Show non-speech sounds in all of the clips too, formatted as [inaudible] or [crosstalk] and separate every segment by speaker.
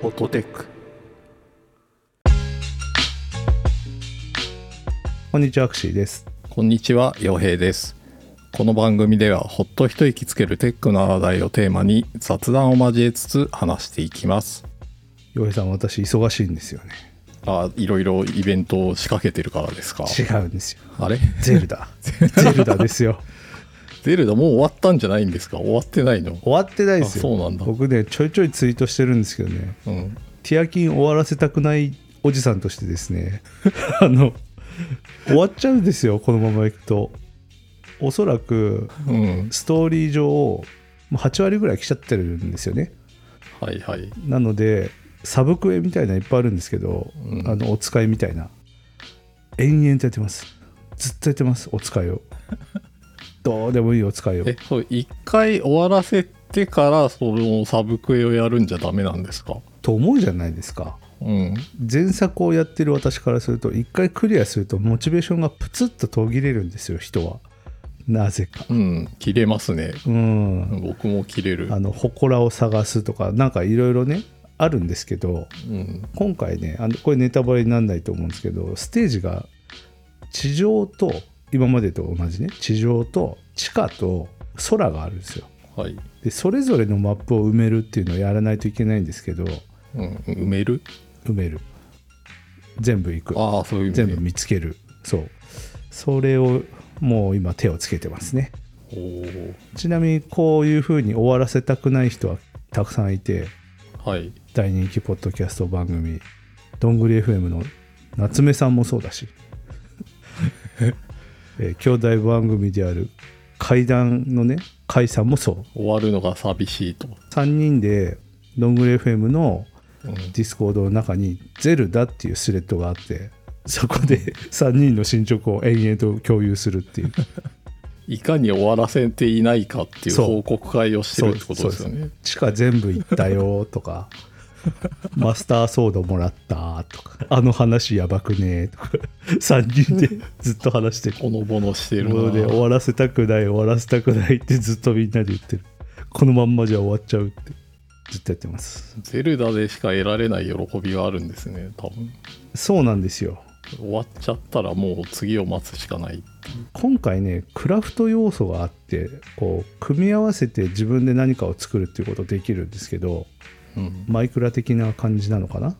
Speaker 1: フォトテック
Speaker 2: こんにちは、アクシーです。
Speaker 1: こんにちは洋平ですこの番組ではほっと一息つけるテックの話題をテーマに雑談を交えつつ話していきます
Speaker 2: 洋平さん、私、忙しいんですよね。
Speaker 1: あいろいろイベントを仕掛けてるからですか
Speaker 2: 違うんですよ。
Speaker 1: あれ
Speaker 2: ゼル
Speaker 1: [laughs]
Speaker 2: ダ。ゼルダですよ。
Speaker 1: ゼルダもう終わったんじゃないんですか終わってないの
Speaker 2: 終わってないですよ。
Speaker 1: あそうなんだ
Speaker 2: 僕ね、ちょいちょいツイートしてるんですけどね、
Speaker 1: うん
Speaker 2: ティアキン終わらせたくないおじさんとしてですね、 [laughs] あの、終わっちゃうんですよ、このままいくと。おそらく、
Speaker 1: うん
Speaker 2: ストーリー上、もう8割ぐらい来ちゃってるんですよね。
Speaker 1: はいはい
Speaker 2: なのでサブクエみたいなのいっぱいあるんですけど、
Speaker 1: うん
Speaker 2: あのお使いみたいな延々とやってますずっとやってますお使い
Speaker 1: [laughs]
Speaker 2: をどうでもいいお使いを
Speaker 1: えそう一回終わらせてからそのサブクエをやるんじゃダメなんですか
Speaker 2: と思うじゃないですか
Speaker 1: うん
Speaker 2: 前作をやってる私からすると一回クリアするとモチベーションがプツッと途切れるんですよ人はなぜか
Speaker 1: うん切れますね
Speaker 2: うん
Speaker 1: 僕も切れる
Speaker 2: あの祠を探すとかなんかいろいろねあるんですけど
Speaker 1: うん
Speaker 2: 今回ねあのこれネタバレにならないと思うんですけどステージが地上と今までと同じね地上と地下と空があるんですよ
Speaker 1: はい、
Speaker 2: でそれぞれのマップを埋めるっていうのをやらないといけないんですけど
Speaker 1: うん、埋める
Speaker 2: 埋める全部行く
Speaker 1: ああそういう意味
Speaker 2: 全
Speaker 1: ね
Speaker 2: 部見つけるそうそれをもう今手をつけてますね
Speaker 1: おー
Speaker 2: ちなみにこういう風に終わらせたくない人はたくさんいて
Speaker 1: はい
Speaker 2: 大人気ポッドキャスト番組どんぐり FM の夏目さんもそうだし、えー兄弟番組である怪談のね甲斐さんもそう
Speaker 1: 終わるのが寂しいと、
Speaker 2: 3人でどんぐり FM の
Speaker 1: うん
Speaker 2: ディスコードの中に「ゼルダ」っていうスレッドがあってそこで3人の進捗を延々と共有するっていう
Speaker 1: いかに終わらせていないかっていう
Speaker 2: そう
Speaker 1: 報告会をしてるってことですよね
Speaker 2: 地下全部行ったよと
Speaker 1: [laughs]
Speaker 2: かマスターソードもらったとかあの話やばくねとか3人でずっと話してる
Speaker 1: ほのぼのしてる
Speaker 2: もの
Speaker 1: な
Speaker 2: で終わらせたくない終わらせたくないってずっとみんなで言ってるこのまんまじゃ終わっちゃうってずっとやってます
Speaker 1: ゼルダでしか得られない喜びがあるんですね多分
Speaker 2: そうなんですよ
Speaker 1: 終わっちゃったらもう次を待つしかない
Speaker 2: 今回ねクラフト要素があってこう組み合わせて自分で何かを作るっていうことできるんですけど
Speaker 1: うん
Speaker 2: マイクラ的な感じなのかな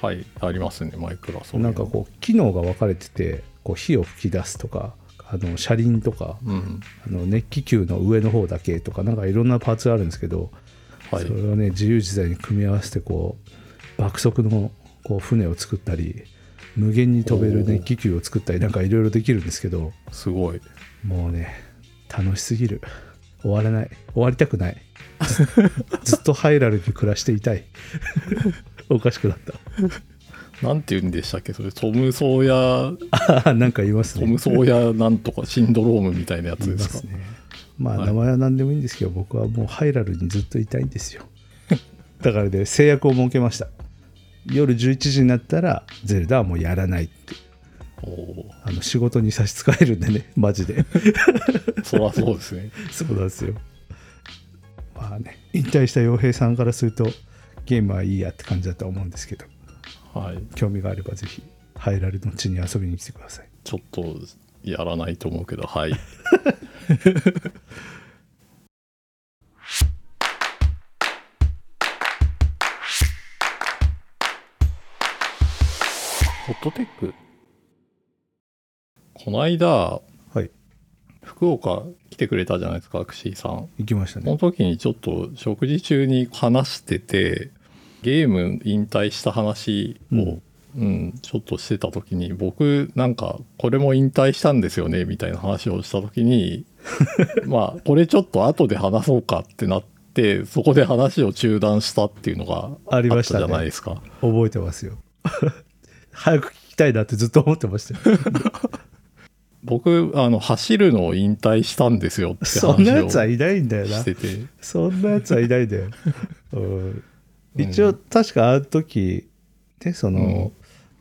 Speaker 1: はいありますねマイクラソ
Speaker 2: なんかこう機能が分かれててこう火を吹き出すとかあの車輪とか
Speaker 1: ううん
Speaker 2: あの熱気球の上の方だけとかなんかいろんなパーツがあるんですけど、
Speaker 1: はい
Speaker 2: それをね自由自在に組み合わせてこう爆速のこう船を作ったり無限に飛べる熱気球を作ったりなんかいろいろできるんですけど
Speaker 1: すごい
Speaker 2: もうね楽しすぎる終わらない終わりたくないずっとハイラルに暮らしていた
Speaker 1: [laughs]
Speaker 2: いおかしくなっ
Speaker 1: なんて言うんでしたっけそれトム・ソーヤ
Speaker 2: たあなんか言います
Speaker 1: ト
Speaker 2: ね
Speaker 1: ム・ソーヤなんとかシンドロームみたいなやつ
Speaker 2: い
Speaker 1: で
Speaker 2: ます
Speaker 1: か
Speaker 2: すね。ま
Speaker 1: は
Speaker 2: あ
Speaker 1: い
Speaker 2: 名前は何でもいいんですけど、僕はもうハイラルにずっといたいんですよ。 [laughs] だからで制約を設けました。夜11時になったらゼルダはもうやらないって
Speaker 1: おお
Speaker 2: あの仕事に差し支えるんでね [laughs] マジで
Speaker 1: ーそりゃそうですね
Speaker 2: そうなんですよまあね引退した洋平さんからするとゲームはいいやって感じだと思うんですけど
Speaker 1: はい
Speaker 2: 興味があればぜひハイラルの地に遊びに来てください
Speaker 1: ちょっとやらないと思うけどはいホットテックこの間
Speaker 2: はい
Speaker 1: 福岡来てくれたじゃないですかアクシーさん
Speaker 2: 行きました
Speaker 1: そ
Speaker 2: ね
Speaker 1: の時にちょっと食事中に話しててゲーム引退した話を、う
Speaker 2: うんん
Speaker 1: ちょっとしてた時に僕なんかこれも引退したんですよねみたいな話をした
Speaker 2: [laughs]
Speaker 1: 時にまあこれちょっと後で話そうかってなってそこで話を中断したっていうのがあ
Speaker 2: あり
Speaker 1: っ
Speaker 2: ま
Speaker 1: た
Speaker 2: し
Speaker 1: じ
Speaker 2: たね
Speaker 1: ゃないですか。
Speaker 2: 覚えてますよ [laughs] 早く聞きたいなってずっと思ってましたよ
Speaker 1: 僕あの走るのを引退したんですよって
Speaker 2: そんな
Speaker 1: 話
Speaker 2: や
Speaker 1: を
Speaker 2: つはいないんだよな
Speaker 1: し。てて。
Speaker 2: そんなやつはいないんだよ。うん
Speaker 1: うん
Speaker 2: 一応、確かあの時、ね、その、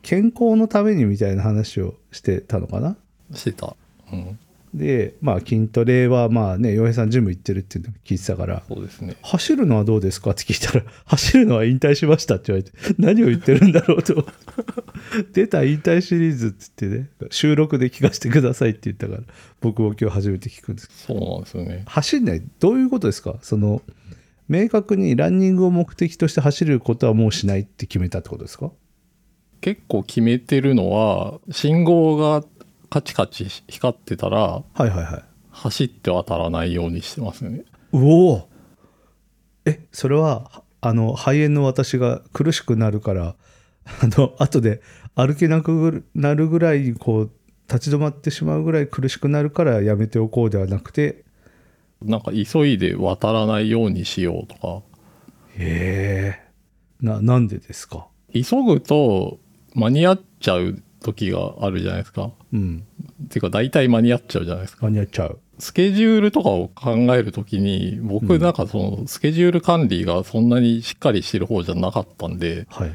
Speaker 2: 健康のためにみたいな話をしてたのかな。
Speaker 1: してた。うん
Speaker 2: で、まあ、筋トレはまあね洋平さんジム行ってるっていうのを聞いてたから
Speaker 1: そうですね。
Speaker 2: 走るのはどうですかって聞いたら [laughs] 「走るのは引退しました」って言われて何を言ってるんだろうと [laughs] 出た引退シリーズって言ってね収録で聞かせてくださいって言ったから僕も今日初めて聞くんですけど
Speaker 1: そうなんですよね。
Speaker 2: 走んないどういうことですかその明確にランニングを目的として走ることはもうしないって決めたってことですか
Speaker 1: 結構決めてるのは、信号がカチカチ光ってたら、
Speaker 2: はいはいはい
Speaker 1: 走って渡らないようにしてますね。
Speaker 2: うおーえそれはあの肺炎の私が苦しくなるから [laughs] あの後で歩けなくなるぐらいこう立ち止まってしまうぐらい苦しくなるからやめておこうではなくて
Speaker 1: なんか急いで渡らないようにしようとか、
Speaker 2: へえななんでですか
Speaker 1: 急ぐと間に合っちゃう時があるじゃないですか。
Speaker 2: うん
Speaker 1: ていうか大体間に合っちゃうじゃないですか。
Speaker 2: 間に合っちゃう
Speaker 1: スケジュールとかを考えるときに、
Speaker 2: う
Speaker 1: 僕
Speaker 2: ん
Speaker 1: なんかそのスケジュール管理がそんなにしっかりしてる方じゃなかったんで、
Speaker 2: はい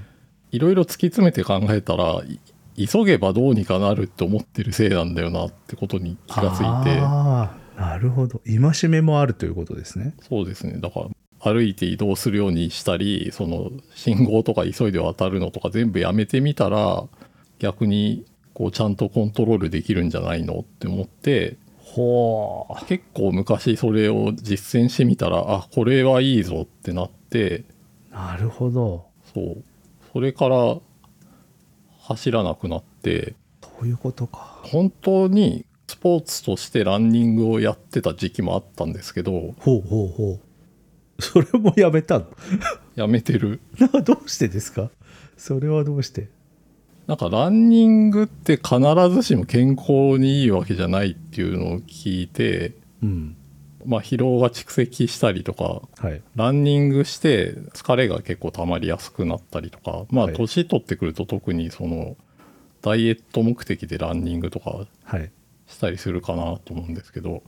Speaker 1: いろいろ突き詰めて考えたら、い急げばどうにかなるって思ってるせいなんだよなってことに気がついて、
Speaker 2: ああなるほど戒めもあるということですね
Speaker 1: そうですね。だから歩いて移動するようにしたり、その信号とか急いで渡るのとか全部やめてみたら、逆にこうちゃんとコントロールできるんじゃないのって思って、
Speaker 2: ほう
Speaker 1: 結構昔それを実践してみたら、あ、これはいいぞってなって、
Speaker 2: なるほど
Speaker 1: そう。それから走らなくなって、
Speaker 2: そういうことか
Speaker 1: 本当にスポーツとしてランニングをやってた時期もあったんですけど、
Speaker 2: ほうほうほうそれもやめたの [laughs]
Speaker 1: やめてる。
Speaker 2: などうしてですかそれはどうして
Speaker 1: なんかランニングって必ずしも健康にいいわけじゃないっていうのを聞いて、
Speaker 2: うん
Speaker 1: まあ、疲労が蓄積したりとか
Speaker 2: はい
Speaker 1: ランニングして疲れが結構溜まりやすくなったりとかまあ
Speaker 2: はい
Speaker 1: 年取ってくると特にそのダイエット目的でランニングとか
Speaker 2: はい
Speaker 1: したりするかなと思うんですけど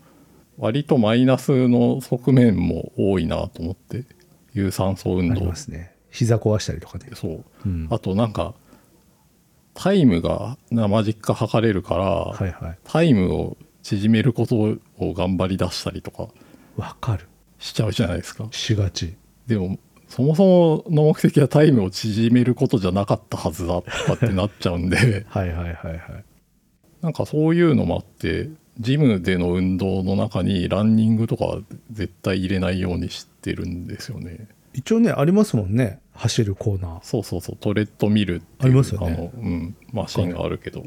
Speaker 1: 割とマイナスの側面も多いなと思って有酸素運
Speaker 2: あり
Speaker 1: 動
Speaker 2: ますね膝壊したりとかね、
Speaker 1: そう
Speaker 2: うん、
Speaker 1: あとなんかタイムがマジック測れるから、
Speaker 2: はいはい
Speaker 1: タイムを縮めることを頑張り出したりとか
Speaker 2: わかる
Speaker 1: しちゃうじゃないですか
Speaker 2: しがち
Speaker 1: でもそもそもの目的はタイムを縮めることじゃなかったはずだとかってなっちゃうんで [laughs]
Speaker 2: はいはいはいはい
Speaker 1: なんかそういうのもあってジムでの運動の中にランニングとかは絶対入れないようにしてるんですよね
Speaker 2: 一応ねありますもんね走るコーナー
Speaker 1: そうそうそうトレッドミルって
Speaker 2: あ
Speaker 1: い
Speaker 2: り
Speaker 1: う
Speaker 2: ますよね
Speaker 1: あの、うん、マシンがあるけど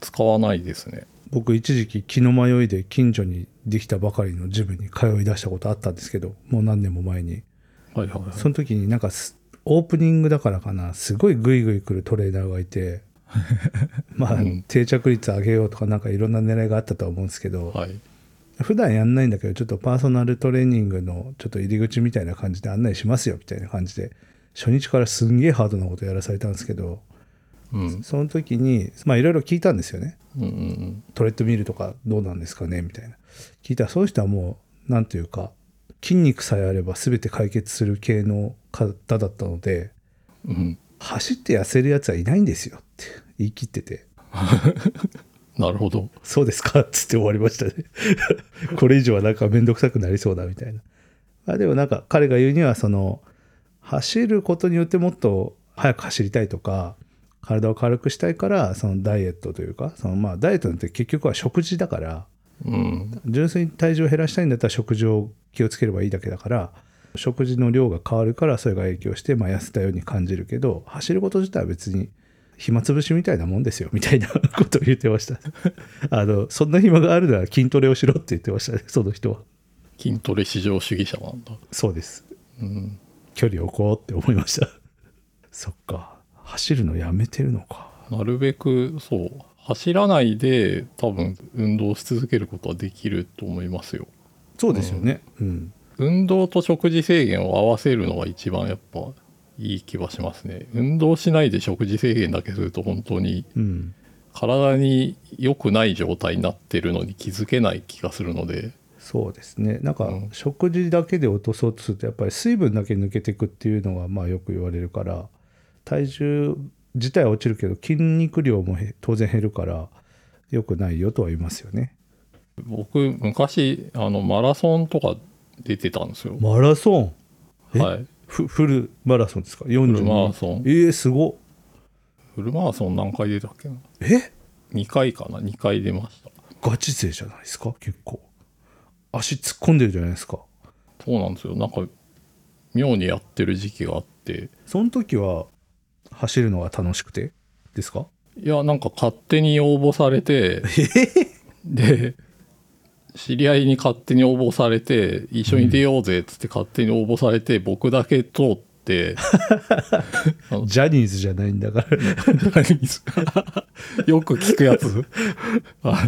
Speaker 1: 使わないですね
Speaker 2: 僕一時期気の迷いで近所にできたばかりのジムに通い出したことあったんですけどもう何年も前に
Speaker 1: はいはいはい
Speaker 2: その時になんかすオープニングだからかなすごいグイグイ来るトレーナーがい
Speaker 1: [laughs]
Speaker 2: てまあ
Speaker 1: うん
Speaker 2: 定着率上げようとかなんかいろんな狙いがあったとは思うんですけど
Speaker 1: はい
Speaker 2: 普段やんないんだけどちょっとパーソナルトレーニングのちょっと入り口みたいな感じで案内しますよみたいな感じで初日からすんげえハードなことやらされたんですけど
Speaker 1: うん
Speaker 2: その時にまあいろいろ聞いたんですよね
Speaker 1: うんうんうん
Speaker 2: トレッドミルとかどうなんですかねみたいな聞いたらその人はもうなんというか筋肉さえあれば全て解決する系の方だったので
Speaker 1: うん
Speaker 2: 走って痩せるやつはいないんですよって言い切ってて
Speaker 1: なるほど
Speaker 2: 「そうですか」っつって終わりましたね [laughs] これ以上はなんか面倒くさくなりそうだみたいな、まあ、でもなんか彼が言うにはその走ることによってもっと早く走りたいとか体を軽くしたいからそのダイエットというかそのまあダイエットなんて結局は食事だから
Speaker 1: うん
Speaker 2: 純粋に体重を減らしたいんだったら食事を気をつければいいだけだから食事の量が変わるからそれが影響して、まあ、痩せたように感じるけど走ること自体は別に暇つぶしみたいなもんですよみたいなことを言ってました [laughs] あのそんな暇があるなら筋トレをしろって言ってましたねその人は
Speaker 1: 筋トレ至上主義者なんだ
Speaker 2: そうです
Speaker 1: うん
Speaker 2: 距離を置こうって思いま [laughs] したそっか走るのやめてるのか
Speaker 1: なるべくそう走らないで多分運動し続けることはできると思いますよ
Speaker 2: そうですよねうん、
Speaker 1: 運動と食事制限を合わせるのが一番やっぱいい気はしますね運動しないで食事制限だけすると本当に
Speaker 2: うん、
Speaker 1: 体に良くない状態になってるのに気づけない気がするので
Speaker 2: そうですねなんか
Speaker 1: うん
Speaker 2: 食事だけで落とそうとするとやっぱり水分だけ抜けていくっていうのがまあよく言われるから体重自体は落ちるけど筋肉量もへ当然減るから良くないよとは言いますよね
Speaker 1: 僕昔あのマラソンとか出てたんですよ、
Speaker 2: マラソンえ
Speaker 1: はい
Speaker 2: フフルマラソンですか
Speaker 1: フ
Speaker 2: 42
Speaker 1: ルマラソン
Speaker 2: えー、すごっ
Speaker 1: フルマラソン何回出たっけな
Speaker 2: え
Speaker 1: 2回かな2回出ました
Speaker 2: ガチ勢じゃないですか結構足突っ込んでるじゃないですか
Speaker 1: そうなんですよなんか妙にやってる時期があって
Speaker 2: その時は走るのが楽しくてですか
Speaker 1: いやなんか勝手に応募されてで知り合いに勝手に応募されて一緒に出ようぜっつって勝手に応募されて、僕だけ通って
Speaker 2: ジャニーズじゃないんだから
Speaker 1: よく聞くやつあ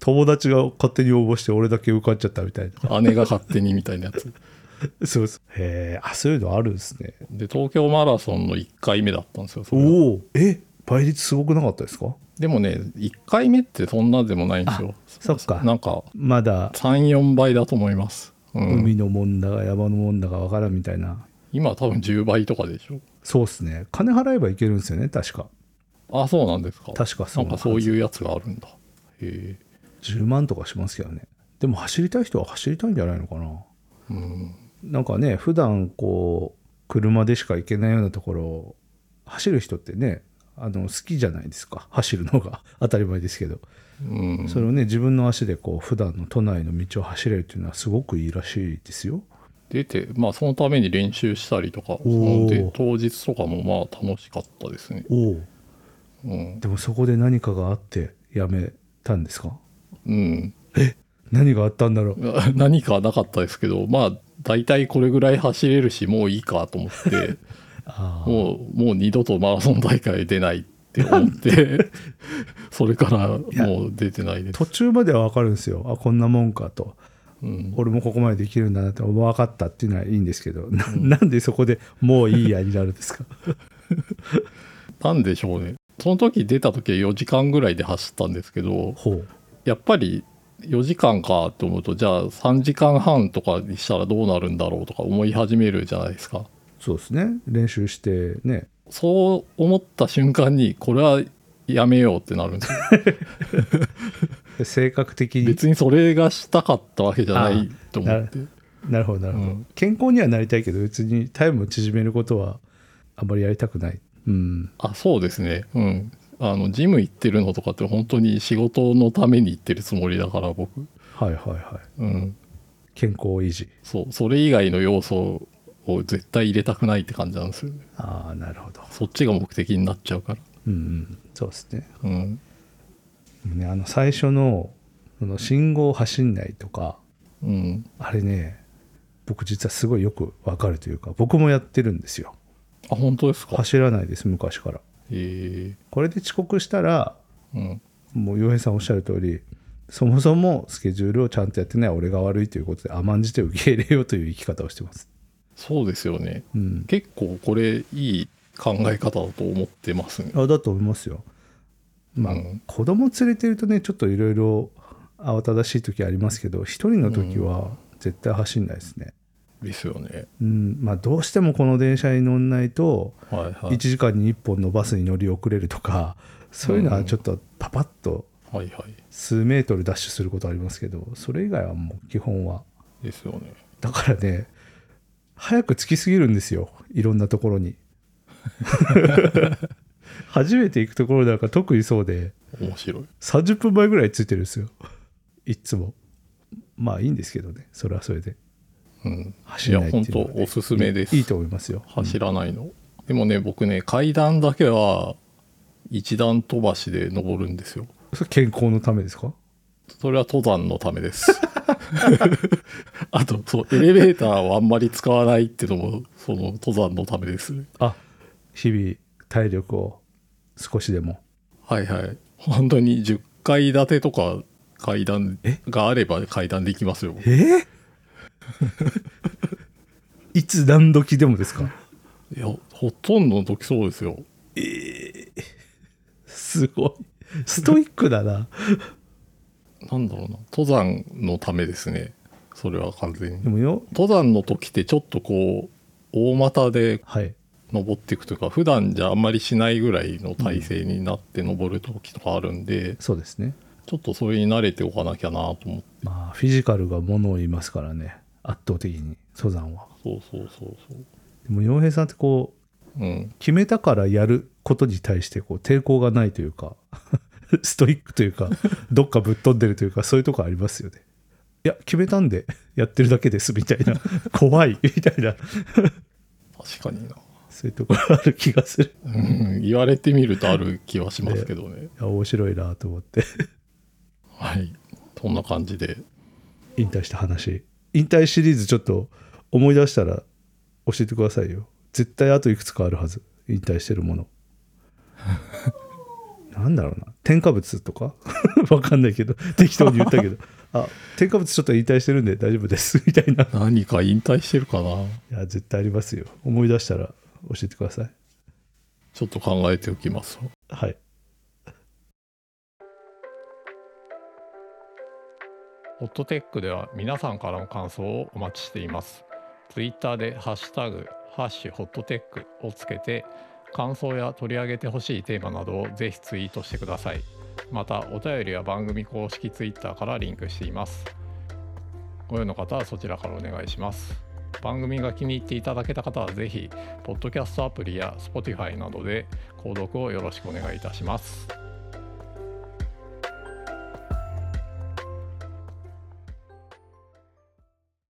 Speaker 2: 友達が勝手に応募して俺だけ受かっちゃったみたい
Speaker 1: 姉が勝手にみたいなやつ
Speaker 2: な [laughs] そうそうへえあそういうのあるんですね
Speaker 1: で東京マラソンの1回目だったんですよそれが
Speaker 2: おおえ倍率すごくなかったですか
Speaker 1: でもね1回目ってそんなでもないんですよ
Speaker 2: そっか
Speaker 1: なんか
Speaker 2: まだ
Speaker 1: 34倍だと思います、うん
Speaker 2: 海のもんだが山のもんだがわからんみたいな
Speaker 1: 今多分10倍とかでしょ
Speaker 2: そうっすね金払えばいけるんですよね確か
Speaker 1: あそうなんですか
Speaker 2: 確かそ
Speaker 1: な
Speaker 2: うんなんで
Speaker 1: か
Speaker 2: す
Speaker 1: そういうやつがあるんだへえ
Speaker 2: 10万とかしますけどねでも走りたい人は走りたいんじゃないのかな
Speaker 1: うん
Speaker 2: なんかね普段こう車でしか行けないようなところを走る人ってねあの好きじゃないですか走るのが当たり前ですけど、
Speaker 1: うん
Speaker 2: それをね自分の足でこう普段の都内の道を走れるっていうのはすごくいいらしいですよ
Speaker 1: 出てまあそのために練習したりとかそ
Speaker 2: おー
Speaker 1: ので当日とかもまあ楽しかったですね
Speaker 2: お
Speaker 1: うん、
Speaker 2: でもそこで何かがあってやめたんですか
Speaker 1: うん、 [laughs]
Speaker 2: 何があったんだろう
Speaker 1: 何かはなかったですけどまあ大体これぐらい走れるしもういいかと思って
Speaker 2: あー
Speaker 1: もうもう二度とマラソン大会出ないって思ってそれから
Speaker 2: や
Speaker 1: もう出てないです
Speaker 2: 途中までは分かるんですよあこんなもんかと
Speaker 1: うん、
Speaker 2: 俺もここまでできるんだなって分かったっていうのはいいんですけどななんでそこでもういいやになるんですか
Speaker 1: なんでしょうねその時出た時は4時間ぐらいで走ったんですけど
Speaker 2: [laughs] ほう
Speaker 1: やっぱり4時間かと思うとじゃあ3時間半とかにしたらどうなるんだろうとか思い始めるじゃないですか
Speaker 2: そうですね練習してね
Speaker 1: そう思った瞬間にこれはやめようってなるんですよ
Speaker 2: 性格的に
Speaker 1: 別にそれがしたかったわけじゃないと思って
Speaker 2: なるほどなるほど、
Speaker 1: うん
Speaker 2: 健康にはなりたいけど別にタイムを縮めることはあんまりやりたくないうん
Speaker 1: あそうですねうんあのジム行ってるのとかって本当に仕事のために行ってるつもりだから僕
Speaker 2: はいはいはい
Speaker 1: うん
Speaker 2: 健康維持
Speaker 1: そうそれ以外の要素を絶対入れたくないって感じなんですよね
Speaker 2: ああなるほど
Speaker 1: そっちが目的になっちゃうから
Speaker 2: うん、うん、そうですね
Speaker 1: うん
Speaker 2: ねあの最初のその信号走んないとか
Speaker 1: うん
Speaker 2: あれね僕実はすごいよくわかるというか僕もやってるんですよ
Speaker 1: あ本当ですか
Speaker 2: 走らないです昔から
Speaker 1: え
Speaker 2: これで遅刻したら
Speaker 1: えうん
Speaker 2: もう洋平さんおっしゃる通りそもそもスケジュールをちゃんとやってない俺が悪いということで甘んじて受け入れようという生き方をしてます、
Speaker 1: そうですよね
Speaker 2: うん、
Speaker 1: 結構これいい考え方だと思ってますね
Speaker 2: あだと思いますよまあ、
Speaker 1: うん
Speaker 2: 子供連れてるとねちょっといろいろ慌ただしい時ありますけど一人の時は絶対走んないですね、
Speaker 1: ですよね
Speaker 2: うんまあ、どうしてもこの電車に乗んないと
Speaker 1: はいは
Speaker 2: 1
Speaker 1: い
Speaker 2: 時間に1本のバスに乗り遅れるとかそういうのはちょっとパパッと
Speaker 1: はいはい
Speaker 2: 数メートルダッシュすることありますけどそれ以外はもう基本は
Speaker 1: ですよね
Speaker 2: だからね早く着きすぎるんですよいろんなところ
Speaker 1: [laughs]
Speaker 2: に初めて行くところなんか特にそうで
Speaker 1: 面白い
Speaker 2: 30分前ぐらい着いてるんですよいっつもまあいいんですけどねそれはそれで
Speaker 1: うん
Speaker 2: 走らないっていうのはね
Speaker 1: いや本当おすすめです
Speaker 2: いいいと思いますよ
Speaker 1: 走らないの、でもね僕ね階段だけは一段飛ばしで登るんですよ
Speaker 2: それ健康のためですか
Speaker 1: それは登山のためですあとそうエレベーターをあんまり使わないっていうのもその登山のためですね
Speaker 2: あ日々体力を少しでも
Speaker 1: はいはい本当に10階建てとか階段があれば階段できますよ
Speaker 2: え [laughs] ーいつ何時でもですか
Speaker 1: いやほとんどの時そうですよ
Speaker 2: すごいストイックだな
Speaker 1: なんだろうな登山のためですねそれは完全
Speaker 2: で
Speaker 1: に
Speaker 2: もよ
Speaker 1: 登山の時ってちょっとこう大股で
Speaker 2: はい
Speaker 1: 登っていくというか普段じゃあんまりしないぐらいの体勢になって登る時とかあるんで、
Speaker 2: そうですね
Speaker 1: ちょっとそれに慣れておかなきゃなと思って
Speaker 2: まあ、フィジカルがものを言いますからね、圧倒的に、登山は。
Speaker 1: そうそうそうそう
Speaker 2: でも、洋平さんってこう、
Speaker 1: うん
Speaker 2: 決めたからやることに対してこう抵抗がないというか [laughs] ストイックというかどっかぶっ飛んでるというかそういうとこありますよねいや決めたんでやってるだけですみたいな怖いみたいな
Speaker 1: 確かにな、
Speaker 2: そういうところある気がする
Speaker 1: うん、言われてみるとある気はしますけどね
Speaker 2: いや面白いなと思って
Speaker 1: はいそんな感じで
Speaker 2: 引退した話引退シリーズちょっと思い出したら教えてくださいよ絶対あといくつかあるはず引退してるもの [laughs] なんだろうな添加物とか [laughs] わかんないけど適当に言ったけどあ添加物ちょっと引退してるんで大丈夫ですみたいない
Speaker 1: 何か引退してるかな
Speaker 2: や絶対ありますよ思い出したら教えてください
Speaker 1: ちょっと考えておきます
Speaker 2: はい
Speaker 1: ホットテックでは皆さんからの感想をお待ちしています。ツイッターでハッシュタグハッシュホットテックをつけて感想や取り上げてほしいテーマなどをぜひツイートしてください。またお便りは番組公式ツイッターからリンクしています。ご用の方はそちらからお願いします。番組が気に入っていただけた方はぜひポッドキャストアプリや Spotify などで購読をよろしくお願いいたします。